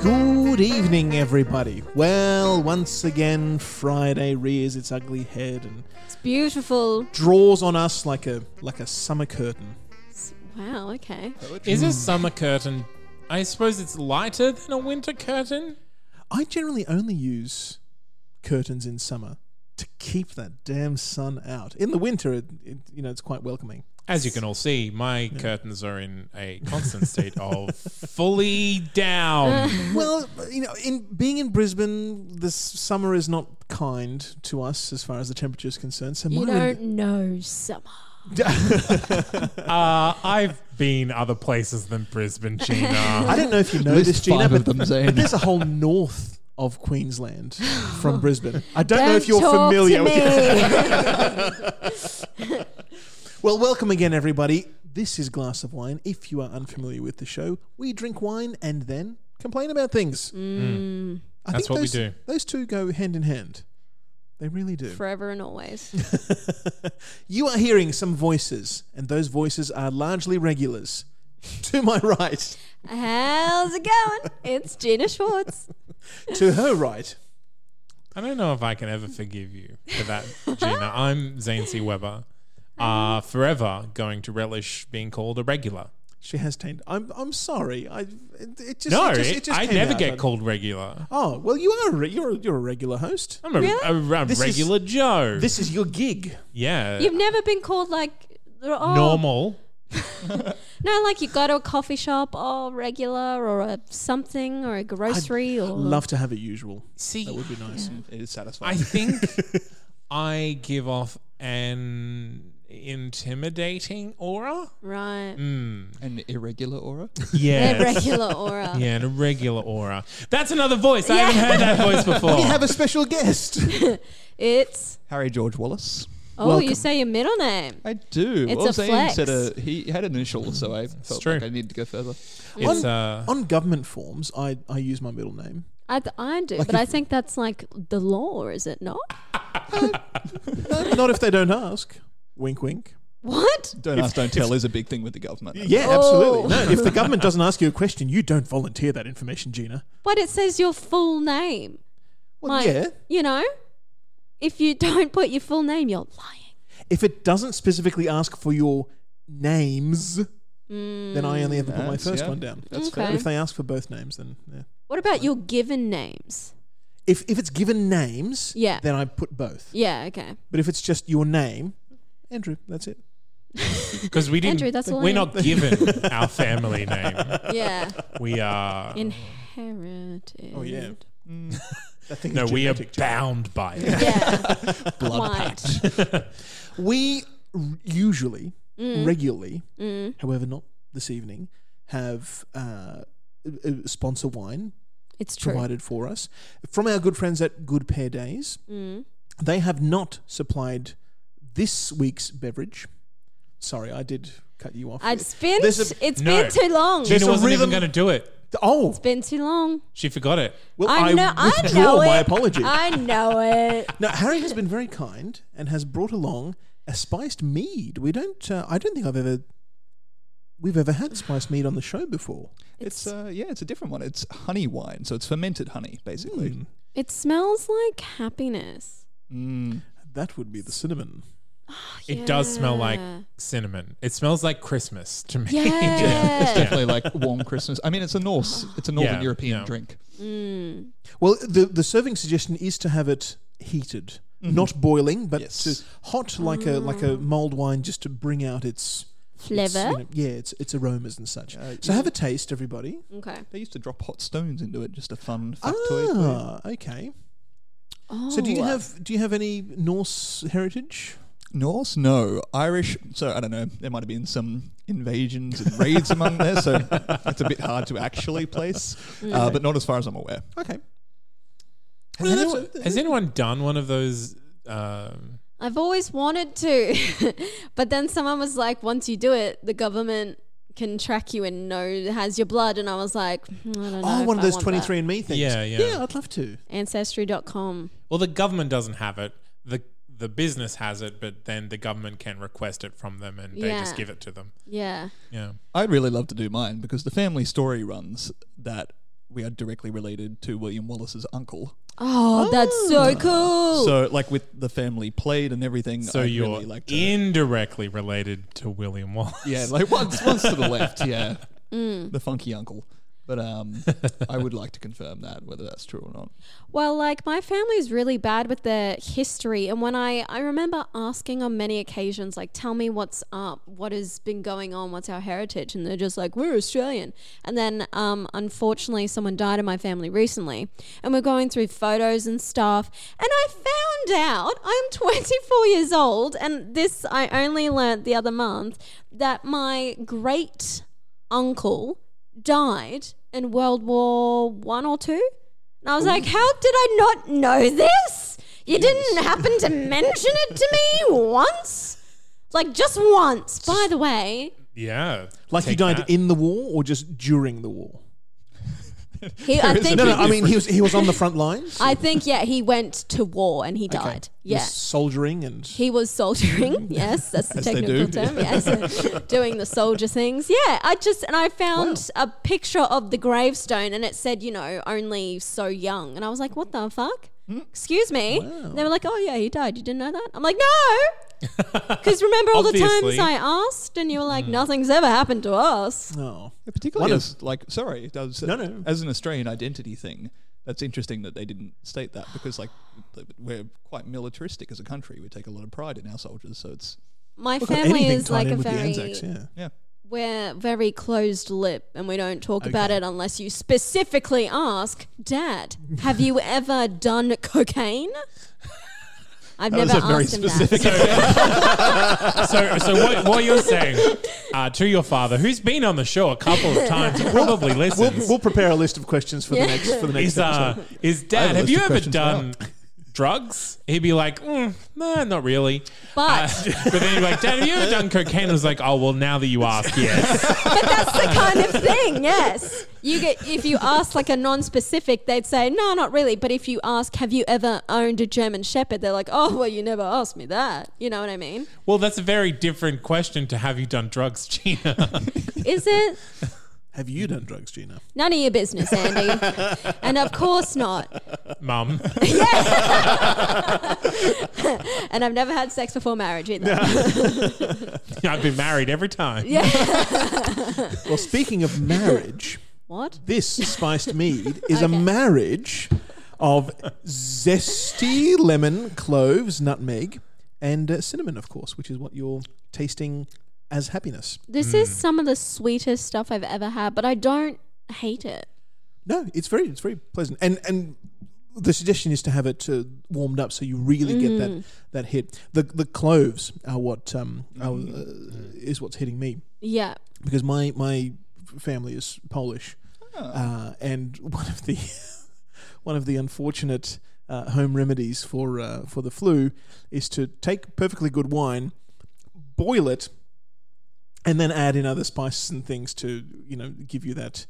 Good evening, everybody. Well, once again, Friday rears its ugly head and It's beautiful. draws on us like a like a summer curtain. Wow, okay. Is Hmm. a summer curtain? I suppose it's lighter than a winter curtain. I generally only use curtains in summer to keep that damn sun out. In the winter, it, it, you know, it's quite welcoming. As you can all see, my curtains are in a constant state of fully down. well, you know, in being in Brisbane, this summer is not kind to us as far as the temperature is concerned. So You mine are- don't know summer. Uh, I've been other places than Brisbane, Gina. I don't know if you know List this, Gina, five but, of them, Zane. but there's a whole north of Queensland from Brisbane. I don't, know if you're Don't talk familiar to with me. Well, welcome again, everybody. This is Glass of Wine. If you are unfamiliar with the show, we drink wine and then complain about Mm. things. I Mm. That's what we those, do. Those two go hand in hand. They really do. Forever and always. You are hearing some voices, and those voices are largely regulars. to my right, How's it going? It's Gina Schwartz. to her right. I don't know if I can ever forgive you for that, Gina. I'm Zane C. Weber, uh, forever going to relish being called a regular. She has tamed. I'm. I'm sorry. I. It, it just. No, it just, it just I came never out, get but- called regular. Oh well, you are. a re- You're. a- You're a regular host. I'm a, a- a This is- regular Joe. This is your gig. yeah, You've never been called like oh, normal. No, like you go to a coffee shop, oh, regular, or a something, or a grocery, or Love to have a usual. See, That would be nice. It is satisfying. I think I give off an intimidating aura. right, An irregular aura? a Yeah. regular aura. Yeah, an irregular aura. That's another voice. I haven't heard that voice before. We have a special guest. It's Harry George Wallace. oh, you say your middle name. I do. It's well, a Zane flex. said a, he had an initial, so I felt true. like I needed to go further. it's uh, On government forms, I, I use my middle name. I, I do, but I think that's like the law, is it not? No, Uh, Not if they don't ask. Wink, wink. What? Don't ask, don't tell is a big thing with the government. Yeah, absolutely. No, if the government doesn't ask you a question, you don't volunteer that information, Gina. But it says your full name. Well, Like, yeah. You know, if you don't put your full name, you're lying. If it doesn't specifically ask for your names, then I only ever put my That's- first yeah. one down. That's Okay. But if they ask for both names, then yeah. What about your given names? If, if it's given names, Yeah. then I put both. Yeah, okay. But if it's just your name, Andrew, that's it. because we didn't. Andrew, that's all I we're know. not given our family name. Yeah. We are. Inherited. Oh, yeah. That thing no, is we are genetic, Gina. bound by it. Yeah. Blood Might. We r- usually, Mm. regularly, however, not this evening, have uh, uh, sponsor wine It's true. provided for us from our good friends at Good Pair Days. Mm. They have not supplied this week's beverage. Sorry, I did cut you off. I'd spent, There's a- it's No. been too long. There's Gina a wasn't even rhythm- going to do it. oh, been too long. She forgot it. well, I I, know, I withdraw know it. my apology. I know it. Now, Harry has been very kind and has brought along a spiced mead. We don't. Uh, I don't think I've ever. We've ever had spiced mead on the show before. It's, uh, yeah, it's a different one. It's honey wine, so it's fermented honey, basically. It smells like happiness. That would be the cinnamon. It does smell like Yeah. cinnamon. It smells like Christmas to me. Yeah. It's definitely like warm Christmas. I mean, it's a Norse, it's a Northern Yeah, European yeah. drink. Well, the the serving suggestion is to have it heated, not boiling, but Mm-hmm. Yes. Mm. to hot like a like a mulled wine, just to bring out its It's, you flavor. know, yeah, it's it's aromas and such. Uh, so have a taste, everybody. Okay. They used to drop hot stones into it. Just a fun factoid. for you. Ah, okay. Oh. So do you have do you have any Norse heritage? Norse? No. Irish? So I don't know. There might have been some invasions and raids among there, so that's a bit hard to actually place. Uh, but not as far as I'm aware. Okay. Has, anyone, has anyone done one of those? Um, I've always wanted to, but then someone was like, once you do it, the government can track you and know it has your blood. And I was like, "Hmm, I don't know. Oh, if one I of those want twenty three and me things. Yeah, yeah. Yeah, I'd love to. that." Ancestry.com. well, the government doesn't have it. the The business has it, but then the government can request it from them, and they just Yeah. give it to them. Yeah. Yeah. I'd really love to do mine because the family story runs that we are directly related to William Wallace's uncle. Oh, that's so cool. So, like with the family played and everything. So I'd you're really like to, indirectly related to William Wallace. yeah, like once once to the left, yeah, the funky uncle. But um, I would like to confirm that whether that's true or not. Well, like my family's really bad with their history, and when I I remember asking on many occasions, like, "Tell me what's up, what has been going on, what's our heritage," and they're just like, "We're Australian." And then, um, unfortunately, someone died in my family recently, and we're going through photos and stuff, and I found out I'm 24 years old, and this I only learnt the other month that my great uncle died in World War One or two. And I was like, how did I not know this? You didn't happen to mention it to me once? Like, just once. By the way, Yeah. Like he Take died that. in the war or just during the war? he, I think. No, he, no. I mean, he was he was on the front lines. I think, yeah, he went to war and he Okay. died. He was Yeah. soldiering and He was soldiering. Mm-hmm. Yes, that's the As they technical do. term. Yes, doing the soldier things. Yeah, I just and I found a picture of the gravestone and it said, you know, only so young. And I was like, what the fuck? Hmm. Excuse me. And they were like, oh yeah, he died. You didn't know that? I'm like, no, because remember all the times Obviously. I asked and you were like, Hmm. nothing's ever happened to us. oh, Yeah, particularly One as like sorry, it does, No, no. as an Australian identity thing. That's interesting that they didn't state that because like th- we're quite militaristic as a country. We take a lot of pride in our soldiers, so it's My Look at family anything is tied like in a with the very Anzacs, yeah. yeah. we're very closed lip and we don't talk about it unless you specifically ask, Dad, have you ever done cocaine? I've That was never a very asked him specific- that. So, so what, what you're saying uh, to your father, who's been on the show a couple of times, he probably We'll, listens, we'll prepare a list of questions for Yeah. the next for the next is, uh, episode. is I Dad, have a have list you of ever questions done drugs? He'd be like, mm, nah, not really. But, But then he'd be like, Dad, have you ever done cocaine? I was like, oh, well, now that you ask, yes. but that's the kind of thing, yes. You get if you ask like a non-specific, they'd say no, not really. But if you ask, have you ever owned a German Shepherd? They're like, oh, well, you never asked me that. You know what I mean? Well, that's a very different question to have you done drugs, Gina? Is it? Have you done drugs, Gina? None of your business, Andy. and of course not. Mum. And I've never had sex before marriage either. I've been married every time. Well, speaking of marriage, What? this spiced mead is a marriage of zesty lemon, cloves, nutmeg, and uh, cinnamon, of course, which is what you're tasting as happiness. This is some of the sweetest stuff I've ever had, but I don't hate it. No, it's very it's very pleasant, and and the suggestion is to have it uh, warmed up so you really get that that hit. The the cloves are what um are, uh, is what's hitting me Yeah. because my my family is Polish, Ah. uh, and one of the one of the unfortunate uh, home remedies for uh, for the flu is to take perfectly good wine, boil it, and then add in other spices and things to you know give you that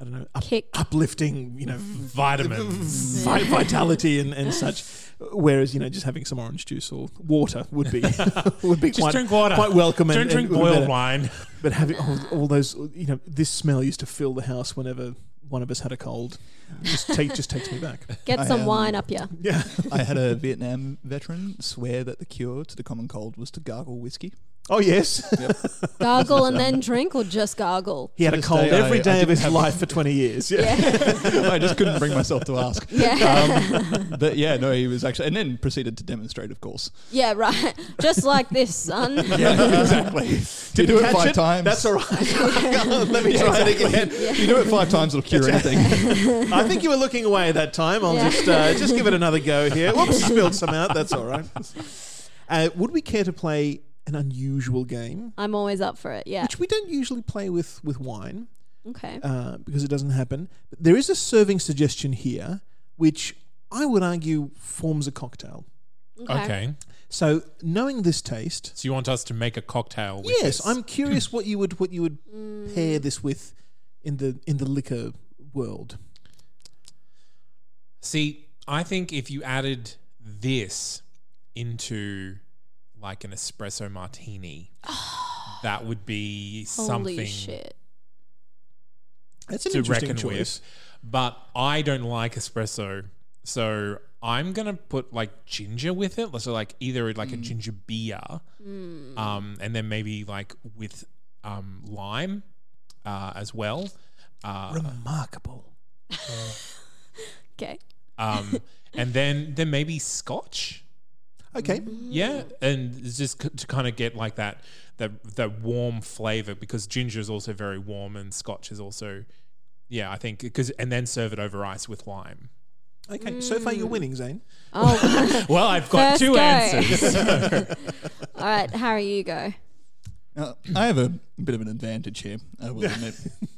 I don't know up- Kick. uplifting you know Vitamins. vi- vitality and, and such. Whereas you know, just having some orange juice or water would be would be Just quite, drink water. quite welcome. Don't and, drink and would be boiled better. wine. But having all, all those, you know, this smell used to fill the house whenever one of us had a cold. Just take, just takes me back. Get I, some um, wine up here. Yeah. I had a Vietnam veteran swear that the cure to the common cold was to gargle whiskey. Oh yes, Gargle and then drink, or just gargle? he had a This cold day I- every I day of didn't his have- life for twenty years. Yeah. I just couldn't bring myself to ask. Yeah. Um, but yeah, no, he was actually, and then proceeded to demonstrate, of course. yeah, right. Just like this, son. Yeah, exactly. you do it Catch five times. That's all right. Let me Yeah, try it exactly. again. You do it five times, it'll cure anything. I think you were looking away that time. I'll Yeah. just uh, just give it another go here. Whoops, spilled some out. That's all right. Uh, would we care to play an unusual game, I'm always up for it. Yeah. which we don't usually play with with wine Okay. uh, because it doesn't happen? But there is a serving suggestion here, which I would argue forms a cocktail. Okay. So knowing this taste, So you want us to make a cocktail? With yes, this? I'm curious what you would what you would pair this with in the in the liquor world. See, I think if you added this into like an espresso martini, that would be Holy something shit. That's an to interesting reckon choice. with. But I don't like espresso, so I'm gonna put like ginger with it. So like either like a Mm. ginger beer, um, and then maybe like with um, lime uh, as well. Uh, Remarkable. Okay. um, and then then maybe scotch. Okay. Yeah, and it's just c- to kind of get like that that that warm flavor because ginger is also very warm and scotch is also yeah, I think because and then serve it over ice with lime. Okay, so far you're winning, Zane. Oh, Well, I've got First two go. answers. all right. Harry, you go. Now, I have a bit of an advantage here, I will admit.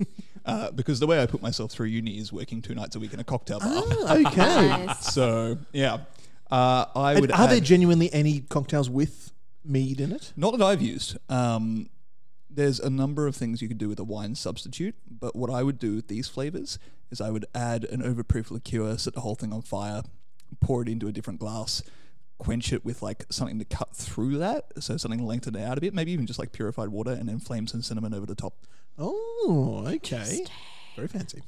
Uh, because the way I put myself through uni is working two nights a week in a cocktail bar. Okay. Nice. So, yeah. Uh, I Oh, And would are there add- genuinely any cocktails with mead in it? Not that I've used. Um, there's a number of things you could do with a wine substitute, but what I would do with these flavors is I would add an overproof liqueur, set the whole thing on fire, pour it into a different glass, quench it with like something to cut through that, so something lengthened it out a bit, maybe even just like purified water, and then flames and cinnamon over the top. Oh, okay. Very fancy.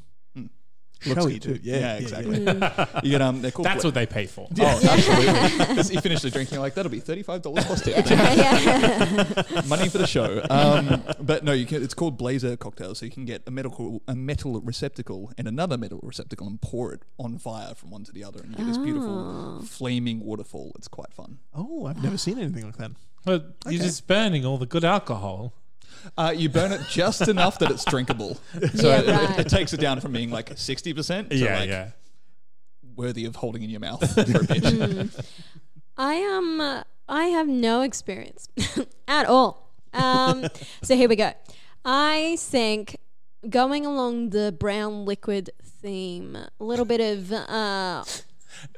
Looks Showy good too. Yeah, yeah, exactly. you get um, they're called That's what they pay for. Oh, absolutely. 'Cause he finished the drinking, like, that'll be $35 plus tip. Money for the show. Um, but no, you can, it's called blazer cocktail. So you can get a metal, a metal receptacle and another metal receptacle and pour it on fire from one to the other. And you get this Oh. beautiful flaming waterfall. It's quite fun. Oh, I've never seen anything like that. But you're just burning all the good alcohol. Uh, you burn it just enough that it's drinkable. So Yeah, it- it, right. it takes it down from being like 60% to like worthy of holding in your mouth for a bit. I am. Uh, I have no experience at all. Um, so here we go. I think going along the brown liquid theme, a little bit of uh,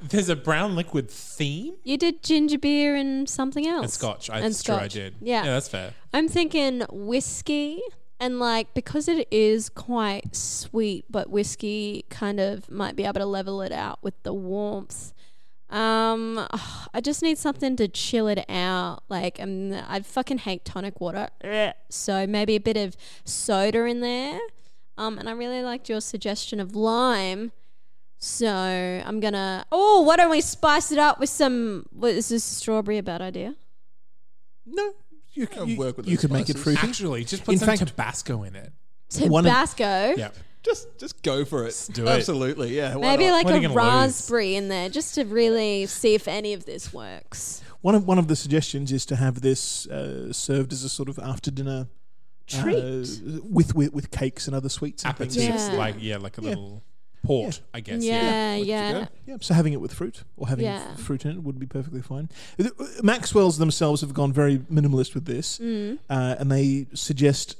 There's a brown liquid theme. you did ginger beer and something else, And scotch. I, And that's true. I scotch. did. Yeah. yeah, that's fair. I'm thinking whiskey and like because it is quite sweet, but whiskey kind of might be able to level it out with the warmth. Um, I just need something to chill it out. Like, um, I fucking hate tonic water, Ugh. so maybe a bit of soda in there. Um, and I really liked your suggestion of lime. So I'm gonna. Oh, why don't we spice it up with some? What, is this a strawberry? A bad idea. No, you, c- I'll you, work with you those could make it spices. fruity. Actually, just put In some fact- Tabasco in it. One of- Tabasco. Yeah. Just, just go for it. do it. Absolutely. Yeah. why Maybe not? like What are a you gonna lose? raspberry in there just to really see if any of this works. One of one of the suggestions is to have this uh, served as a sort of after dinner uh, Treat. with, with with cakes and other sweets and things. Aperitifs, Yeah. like yeah, like a Yeah. little port, I guess. yeah, yeah. go. Yeah, so having it with fruit or having Yeah. f- fruit in it would be perfectly fine. Uh, Maxwell's themselves have gone very minimalist with this, Mm. uh, and they suggest,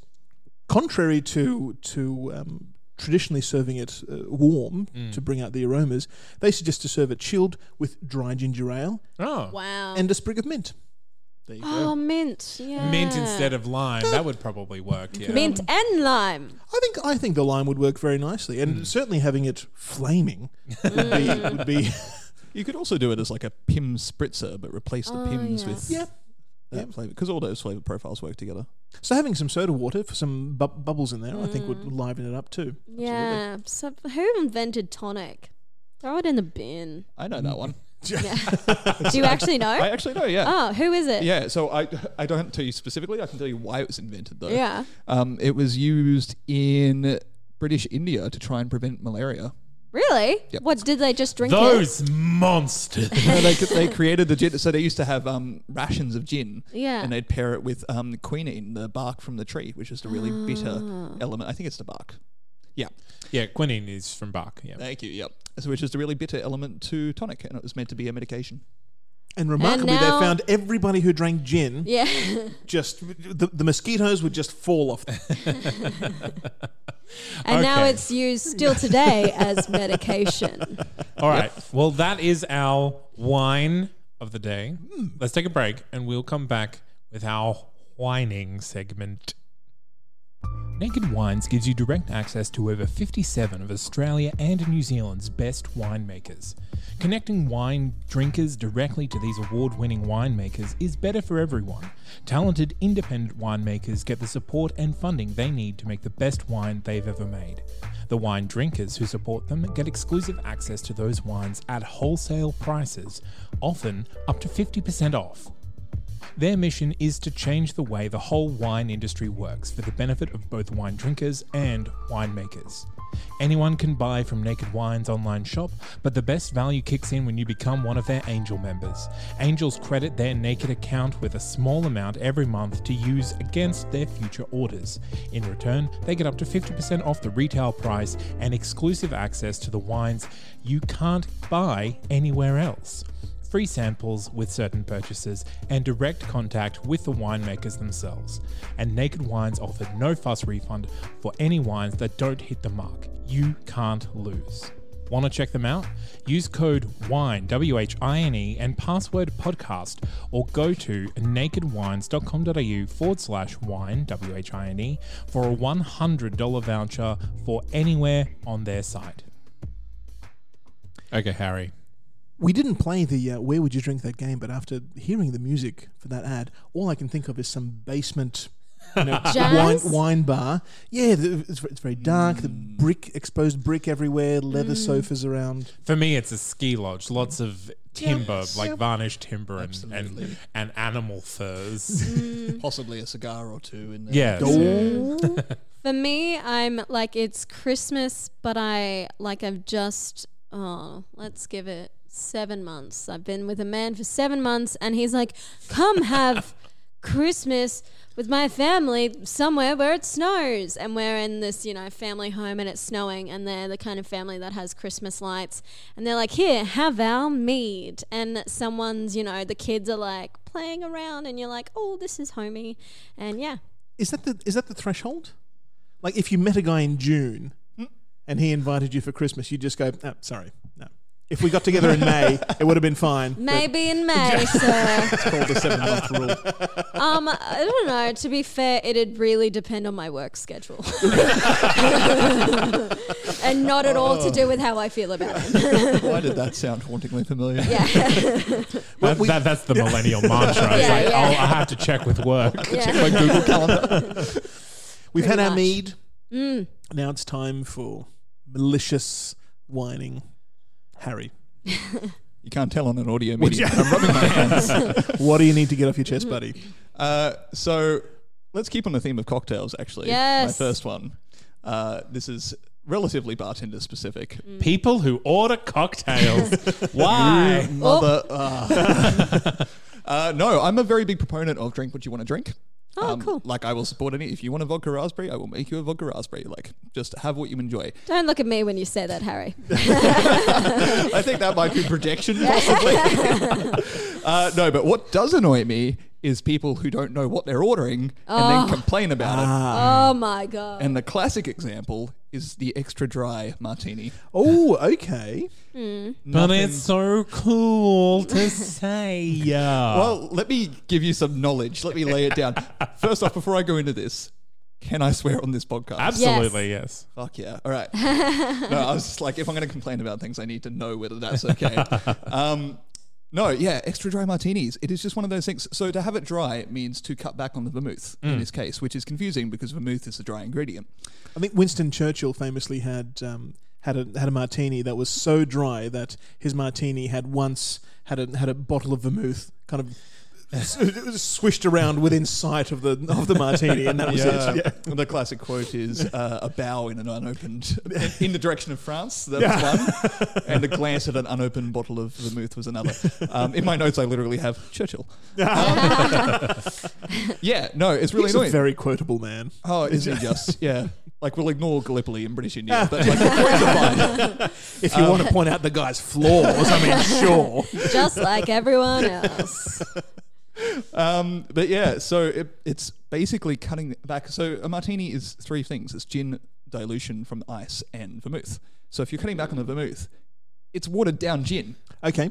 contrary to to um, traditionally serving it uh, warm Mm. to bring out the aromas, they suggest to serve it chilled with dry ginger ale Oh. Wow. uh, and a sprig of mint. There you go. oh, mint. Yeah. Mint instead of um, lime. That would probably work. Yeah. mint and lime. I think I think the lime would work very nicely, and certainly having it flaming would be would be You could also do it as like a Pim spritzer, but replace Oh, the Pims yeah. with yeah. that flavor because all those flavor profiles work together. So having some soda water for some bu- bubbles in there, I think Hmm. would liven it up too. Yeah. So who invented tonic? Throw it in the bin. Mm. I know that one. Do you actually know? I actually know, yeah. oh, who is it? Yeah, so I, I don't tell you specifically. I can tell you why it was invented, though. Yeah. Um, it was used in British India to try and prevent malaria. Really? Yep. What did they just drink? it? Those monsters. No, they, they created the gin. So they used to have um, rations of gin. Yeah. And they'd pair it with um, quinine, the bark from the tree, which is the really bitter Ah. element. I think it's the bark. Yeah. yeah, quinine is from bark. Yeah. Thank you. Yep. So, which is the really bitter element to tonic, and it was meant to be a medication. And remarkably, now- they found everybody who drank gin Yeah. just the, the mosquitoes would just fall off. them. and now Okay. it's used still today as medication. All right. Well, that is our wine of the day. Let's take a break and we'll come back with our whining segment. Naked Wines gives you direct access to over 57 of Australia and New Zealand's best winemakers. Connecting wine drinkers directly to these award winning winemakers is better for everyone. Talented independent winemakers get the support and funding they need to make the best wine they've ever made. The wine drinkers who support them get exclusive access to those wines at wholesale prices, often up to 50% off. Their mission is to change the way the whole wine industry works for the benefit of both wine drinkers and winemakers. Anyone can buy from Naked Wine's online shop, but the best value kicks in when you become one of their Angel members. Angels credit their Naked account with a small amount every month to use against their future orders. In return, they get up to 50% off the retail price and exclusive access to the wines you can't buy anywhere else free samples with certain purchases, and direct contact with the winemakers themselves. And Naked Wines offered no fuss refund for any wines that don't hit the mark. You can't lose. Want to check them out? Use code WINE, W H I N E, and password podcast, or go to nakedwines.com.au forward slash wine, W H I N E, for a $100 voucher for anywhere on their site. Okay, Harry. We didn't play the uh, "Where Would You Drink That" game, but after hearing the music for that ad, all I can think of is some basement you know, wine, Jazz? wine bar. Yeah, the, it's, it's very dark. The brick, exposed brick everywhere. Leather Hmm. sofas around. For me, it's a ski lodge. Lots of timber, like varnished timber and, and Absolutely. and animal Mm. furs. Possibly a cigar or two. In there. yes. For me, I'm like it's Christmas, but I like I've just oh, let's give it seven months. I've been with a man for seven months, and he's like, "Come have Christmas with my family somewhere where it snows." And we're in this, you know, family home, and it's snowing, and they're the kind of family that has Christmas lights, and they're like, "Here, have our mead," and someone's, you know, the kids are like playing around, and you're like, "Oh, this is homey," and yeah. Is that the is that the threshold? Like if you met a guy in June and he invited you for Christmas, you just go, "No, sorry, no." If we got together in May, it would have been fine. Maybe in May, sir. Called the seven month rule. Um, I don't know. To be fair, it'd really depend on my work schedule, and not at all to do with how I feel about it. Why did that sound hauntingly familiar? yeah, That, that, that's the millennial mantra. It's Yeah, like, yeah. I'll, I have to check with work. yeah. My Google Calendar. We've Pretty had our much. mead. Now it's time for malicious whining. Harry, You can't tell on an audio medium. I'm rubbing my hands. what do you need to get off your chest, buddy? Uh, so let's keep on the theme of cocktails, actually. Yes. My first one. Uh, this is relatively bartender specific. People who order cocktails. Why? Mother. Oh. ah. uh, no, I'm a very big proponent of drink what you want to drink. Um, Oh, cool. Like, I will support any. If you want a vodka raspberry, I will make you a vodka raspberry. Like, just have what you enjoy. Don't look at me when you say that, Harry. I think that might be projection, possibly. uh, no, but what does annoy me is people who don't know what they're ordering and then complain about it. Oh my god. And the classic example is the extra dry martini. Oh, okay. But it's so cool to say. Yeah. Well, let me give you some knowledge. Let me lay it down. First off, before I go into this, can I swear on this podcast? Absolutely, yes. Fuck yeah. All right. no, I was just like, if I'm going to complain about things, I need to know whether that's okay. um, no, yeah, extra dry martinis. It is just one of those things. So to have it dry means to cut back on the vermouth in this case, which is confusing because vermouth is a dry ingredient. I think Winston Churchill famously had um, had a had a martini that was so dry that his martini had once had a had a bottle of vermouth kind of s- swished around within sight of the of the martini, and that was it. Yeah. The classic quote is uh, a bow in an unopened, in the direction of France. That was one, and a glance at an unopened bottle of vermouth was another. Um, in my notes, I literally have Churchill. Um, yeah, no, it's really He's a annoying. very quotable man. oh, isn't he just? Yeah, like we'll ignore Gallipoli and British India, but like the points are fine. If you want to point out the guy's flaws, I mean, sure. just like everyone else. Um, but yeah, so it, it's basically cutting back. So a martini is three things: it's gin dilution from ice and vermouth. So if you're cutting back on the vermouth, it's watered down gin. Okay.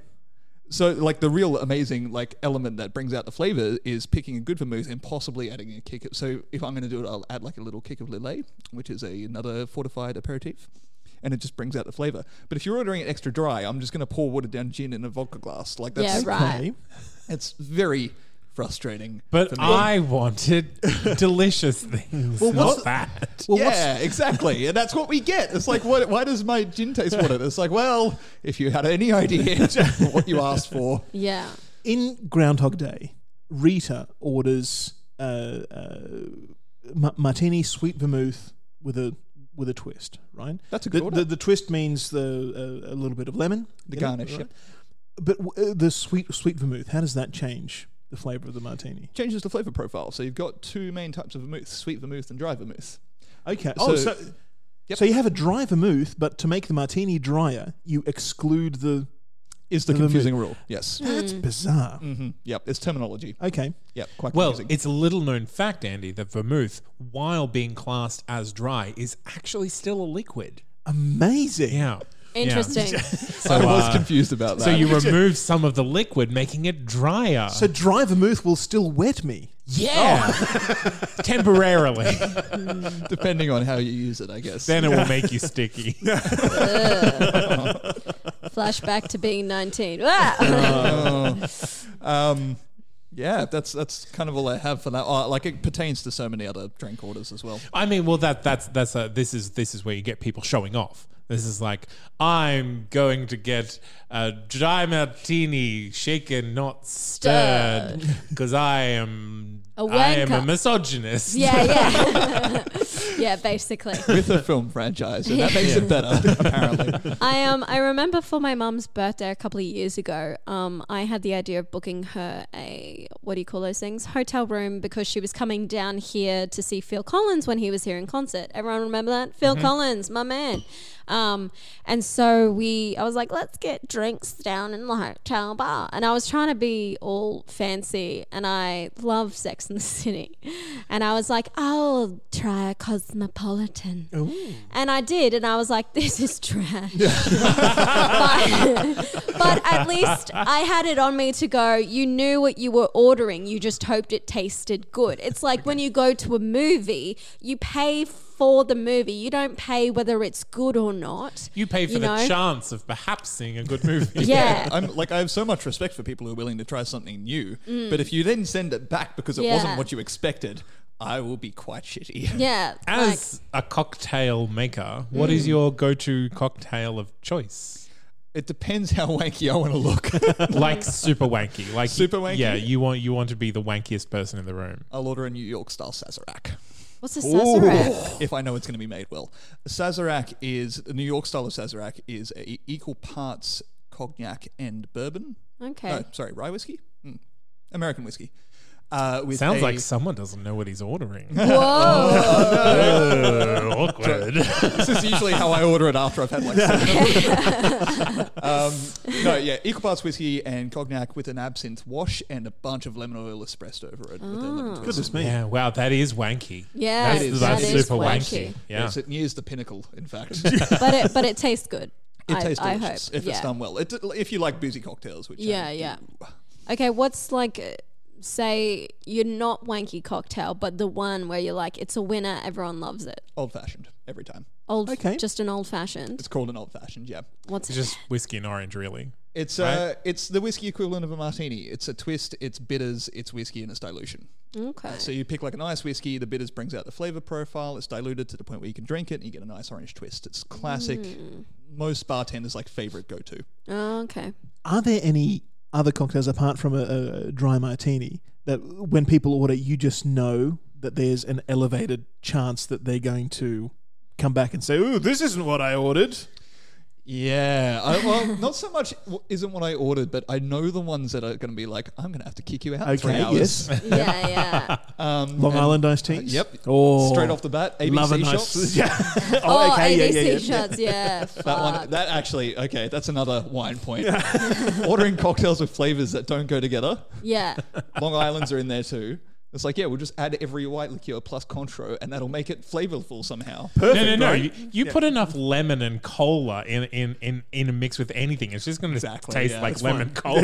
So like the real amazing like element that brings out the flavor is picking a good vermouth and possibly adding a kick. Of, so if I'm going to do it, I'll add like a little kick of Lillet, which is a, another fortified aperitif. And it just brings out the flavor. But if you're ordering it extra dry, I'm just going to pour watered down gin in a vodka glass. Like Yeah, that's right. it's very frustrating. But I wanted delicious things, what's not the- that. yeah, exactly. And that's what we get. It's like, what, why does my gin taste watered? It's like, well, if you had any idea what you asked for. Yeah. In Groundhog Day, Rita orders uh, uh, ma- martini sweet vermouth with a with a twist, right? That's a good the, order. the, the twist means the uh, a little bit of lemon, The you know, garnish, yep. But w- uh, the sweet sweet vermouth, how does that change the flavor of the martini? Changes the flavor profile. So you've got two main types of vermouth sweet vermouth and dry vermouth. Okay. Oh, So- so Yep. so you have a dry vermouth, but to make the martini drier, you exclude the. Is the The vermouth. confusing rule. Yes. Hmm. Mm, That's bizarre. Yep. It's terminology. Okay. Yep. Quite Well, confusing. it's a little known fact, Andy, that vermouth, while being classed as dry, is actually still a liquid. Amazing. Yeah. Interesting. Yeah. I So, was uh, confused about that. so you remove some of the liquid, making it drier. So dry vermouth will still wet me. yeah. oh. Temporarily. depending on how you use it, I guess. then it will make you sticky. Flashback to being 19. Ah! um, yeah, that's that's kind of all I have for that. Oh, like it pertains to so many other drink orders as well. I mean, well, that that's that's a, this is this is where you get people showing off. This is like I'm going to get a dry martini, shaken, not stirred, because I am A I am a wanker. misogynist. yeah, yeah. yeah, basically. with a film franchise, and that makes it better, apparently. I um I remember for my mum's birthday a couple of years ago, um I had the idea of booking her a what do you call those things hotel room because she was coming down here to see Phil Collins when he was here in concert. Everyone remember that Phil Collins, my man. Um and so we I was like let's get drinks down in the hotel bar and I was trying to be all fancy and I love Sex in the City and I was like I'll try a cosmopolitan. And I did, and I was like, this is trash. but, but at least I had it on me to go, you knew what you were ordering, you just hoped it tasted good. It's like when you go to a movie, you pay for the movie, you don't pay whether it's good or not. You pay for the know? chance of perhaps seeing a good movie. Yeah. I'm like I have so much respect for people who are willing to try something new, Mm. but if you then send it back because it Yeah. wasn't what you expected, I will be quite shitty. yeah. As a cocktail maker, what is your go-to cocktail of choice? It depends how wanky I want to look. Like super wanky, like Super wanky? Yeah, you want you want to be the wankiest person in the room. I'll order a New York style Sazerac. like, what's a Sazerac? If I know it's going to be made well. Sazerac is the New York style of Sazerac is a equal parts cognac and bourbon. Okay. No, sorry, rye whiskey? Mm. American whiskey. Uh, with Sounds a- like someone doesn't know what he's ordering. Whoa. Uh, Oh, awkward. this is usually how I order it after I've had like seven. um, no, yeah, equal parts whiskey and cognac with an absinthe wash and a bunch of lemon oil espresso over it. With a lemon Mm. Goodness twist. me. Yeah, wow, that is wanky. Yeah, that's, It is. that's that is super wanky. wanky. Yeah. Yes, it nears the pinnacle. In fact, but, it, but it tastes good. it I, tastes I hope. delicious if yeah. it's done well. It, if you like boozy cocktails, which um, Yeah, I do. yeah. Okay, what's like, uh, say you're not wanky cocktail, but the one where you're like, it's a winner, everyone loves it. old fashioned every time. Old, Okay. just an old fashioned. It's called an old fashioned. Yeah, What's It's just whiskey and orange, really. it's uh, it's the whiskey equivalent of a martini. It's a twist. It's bitters. It's whiskey and it's dilution. Okay. So you pick like a nice whiskey, the bitters brings out the flavor profile, it's diluted to the point where you can drink it and you get a nice orange twist. It's classic, Mm. most bartenders like favorite go to. Okay. Are there any other cocktails apart from a, a dry martini that when people order, you just know that there's an elevated chance that they're going to come back and say, "Ooh, this isn't what I ordered." Yeah, I, well, not so much w- isn't what I ordered, but I know the ones that are going to be like, I'm going to have to kick you out in three Okay, hours. yes. Yeah, yeah. Um, Long and- Island iced teas. Yep. Oh, Straight off the bat, ABC love a nice. shots. Yeah. oh, okay, yeah, ABC yeah, yeah. shots. Yeah. That one, that actually, okay, that's another wine point. Ordering cocktails with flavors that don't go together. yeah. Long Island's are in there too. It's like, yeah, we'll just add every white liqueur plus Contro, and that'll make it flavorful somehow. no, no, no. You, you put enough lemon and cola in in in, in a mix with anything. It's just going to Exactly, taste yeah. like That's lemon cola.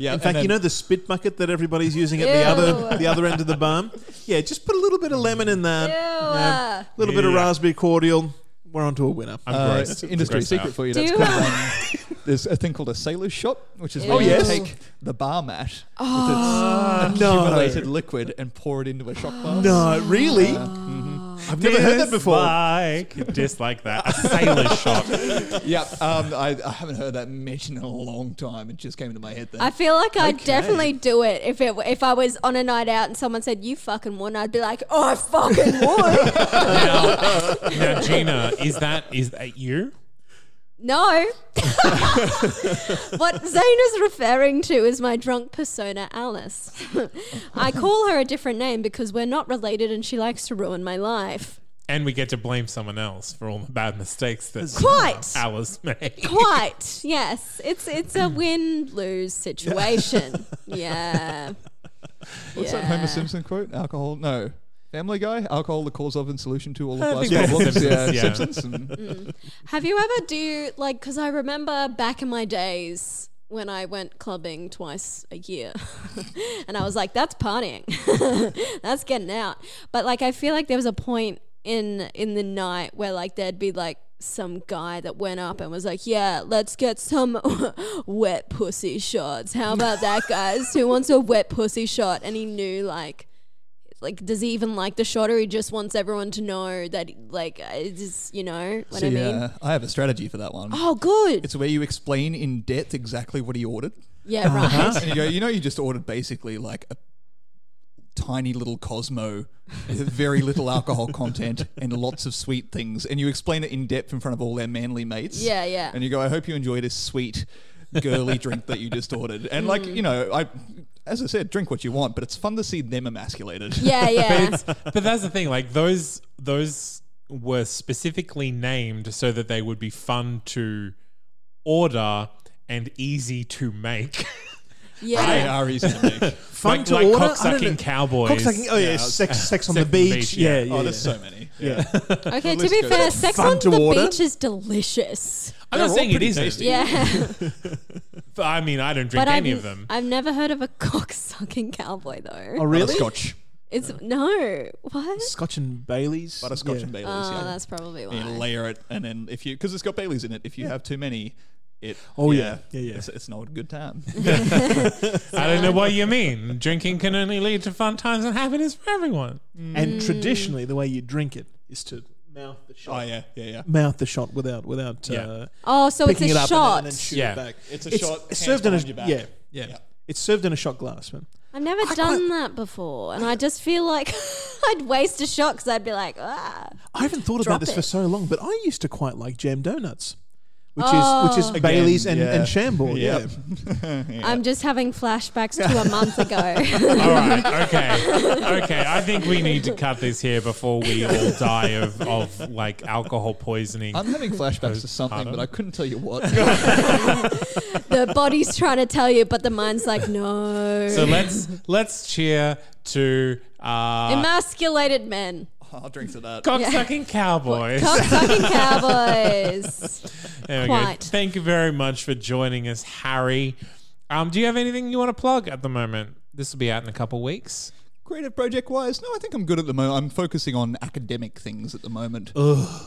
Yeah, In fact, you know the spit bucket that everybody's using at the other Ew. the other end of the barn. Yeah, just put a little bit of lemon in that. Ew. Yeah. A little bit of Yeah. raspberry cordial. We're onto a winner. I'm grossed. I'm uh, industry grossed secret out. for you. Do That's you- called, um, there's a thing called a sailor's shot, which is where Oh, you yes. Oh. take the bar mat with its Ah, no. accumulated liquid and pour it into a shot glass. Uh, No, Mm-hmm. really? I've never heard that before. Dislike, dislike that. A sailor's shot. Yeah, um, I, I haven't heard that mentioned in a long time. It just came into my head then. I feel like I'd definitely do it if it if I was on a night out and someone said you fucking would, I'd be like, oh, I fucking would. Now, now, Gina, is that is that you? no. what Zane is referring to is my drunk persona, Alice. I call her a different name because we're not related, and she likes to ruin my life. And we get to blame someone else for all the bad mistakes that Quite. Alice made. Quite. Yes. It's it's a win lose situation. Yeah. What's that Yeah. Homer Simpson quote? Alcohol? No. Family Guy? Alcohol the cause of and solution to all of I life's think that's problems. Simpsons, yeah, yeah. Simpsons. and- Mm, Have you ever do you, like because I remember back in my days when I went clubbing twice a year, and I was like, "That's partying, that's getting out." But like, I feel like there was a point in in the night where like there'd be like some guy that went up and was like, "Yeah, let's get some wet pussy shots. How about that, guys? Who wants a wet pussy shot?" And he knew like. Like, does he even like the shot, or he just wants everyone to know that, like, it's just, you know what So, I mean? yeah, I have a strategy for that one. Oh, good. It's where you explain in depth exactly what he ordered. yeah, right. And you go, you know, you just ordered basically like a tiny little Cosmo with very little alcohol content and lots of sweet things. And you explain it in depth in front of all their manly mates. Yeah, yeah. And you go, I hope you enjoy this sweet, girly drink that you just ordered. And like, Mm. you know, I. As I said, drink what you want, but it's fun to see them emasculated. Yeah, yeah. But that's the thing. Like those those were specifically named so that they would be fun to order and easy to make. They yeah. are easy to make. Fun like to like order? I don't know. cocksucking cowboys. Cocksucking, oh yeah, Yeah. sex, sex on Sex the beach. Yeah, yeah. oh, yeah. there's so many. Yeah. Okay, to let's be go. fair, sex Fun on to the order. beach is delicious. I'm They're not all saying it pretty isn't. tasty. Yeah. But I mean, I don't drink but any I've, of them. I've never heard of a cock sucking cowboy, though. Oh really? Butterscotch. It's no. What? Scotch and Baileys. Butterscotch Yeah. and Baileys. Oh, yeah. that's probably and you why. layer it, and then if you because it's got Bailey's in it, if you have too many, it Oh, yeah. Yeah, yeah. It's, it's not a good time. I don't know what you mean. Drinking can only lead to fun times and happiness for everyone. And traditionally, the way you drink it is to mouth the shot. oh yeah, yeah, yeah. Mouth the shot without without Yeah. uh, Oh, so it's picking it a up shot. and then, and then shooting Yeah. it back. It's a shot, hands served in a behind your back. yeah, Yeah. yeah. It's served in a shot glass, man. I've never done that before, and I just feel like I'd waste a shot because I'd be like, ah. I haven't thought Drop about this it. for so long, but I used to quite like jam donuts, which is which is Oh. Bailey's and, yeah. and Chambord. Yep. Yeah. I'm just having flashbacks to a month ago. All right, okay, okay. I think we need to cut this here before we all die of, of like alcohol poisoning. I'm having flashbacks to something, Pardon? but I couldn't tell you what. the body's trying to tell you, but the mind's like, no. So let's let's cheer to uh, Emasculated men. I'll drink to that. cocksucking cowboys. Cocksucking cowboys. There we Quite. go. Thank you very much for joining us, Harry. Um, do you have anything you want to plug at the moment? This will be out in a couple weeks. Creative project wise, no, I think I'm good at the moment. I'm focusing on academic things at the moment.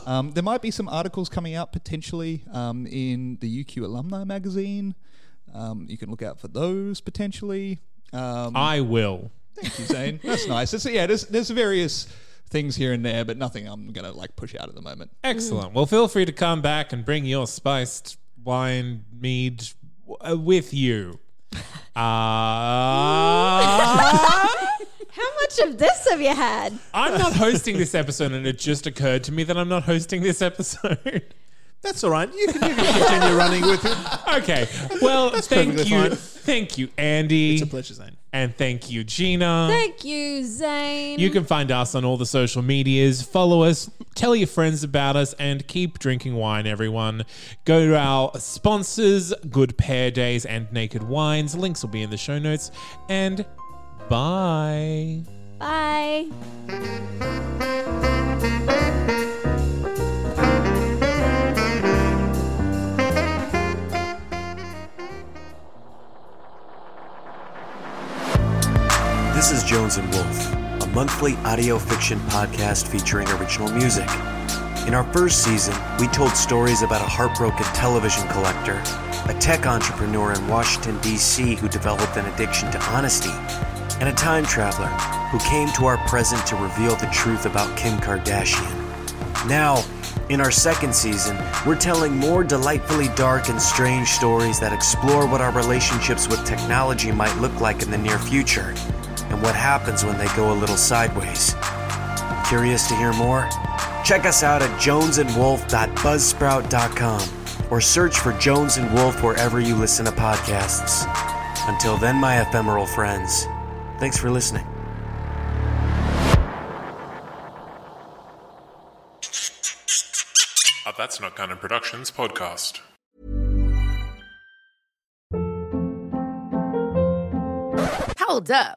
Um, there might be some articles coming out potentially um, in the UQ Alumni magazine. Um, you can look out for those potentially. Um, I will. Thank you, Zane. That's nice. It's, yeah, there's, there's various things here and there, but nothing I'm going to like push out at the moment. Mm-hmm. Excellent. Well, feel free to come back and bring your spiced wine mead w- uh, with you. Uh, How much of this have you had? I'm not hosting this episode, and it just occurred to me that I'm not hosting this episode. That's all right. You can, you can continue running with it. okay. Well, thank perfectly you, fine. thank you, Andy, It's a pleasure, Zane. and thank you, Gina. Thank you, Zane. You can find us on all the social medias. Follow us, tell your friends about us, and keep drinking wine, everyone. Go to our sponsors, Good Pair Days and Naked Wines. Links will be in the show notes. And bye. Bye. This is Jones and Wolf, a monthly audio fiction podcast featuring original music. In our first season, we told stories about a heartbroken television collector, a tech entrepreneur in Washington, D.C., who developed an addiction to honesty, and a time traveler who came to our present to reveal the truth about Kim Kardashian. Now, in our second season, we're telling more delightfully dark and strange stories that explore what our relationships with technology might look like in the near future and what happens when they go a little sideways. Curious to hear more? Check us out at jonesandwolf.buzzsprout.com or search for Jones and Wolf wherever you listen to podcasts. Until then, my ephemeral friends, thanks for listening. A Uh, That's Not Canon Productions podcast. Hold up.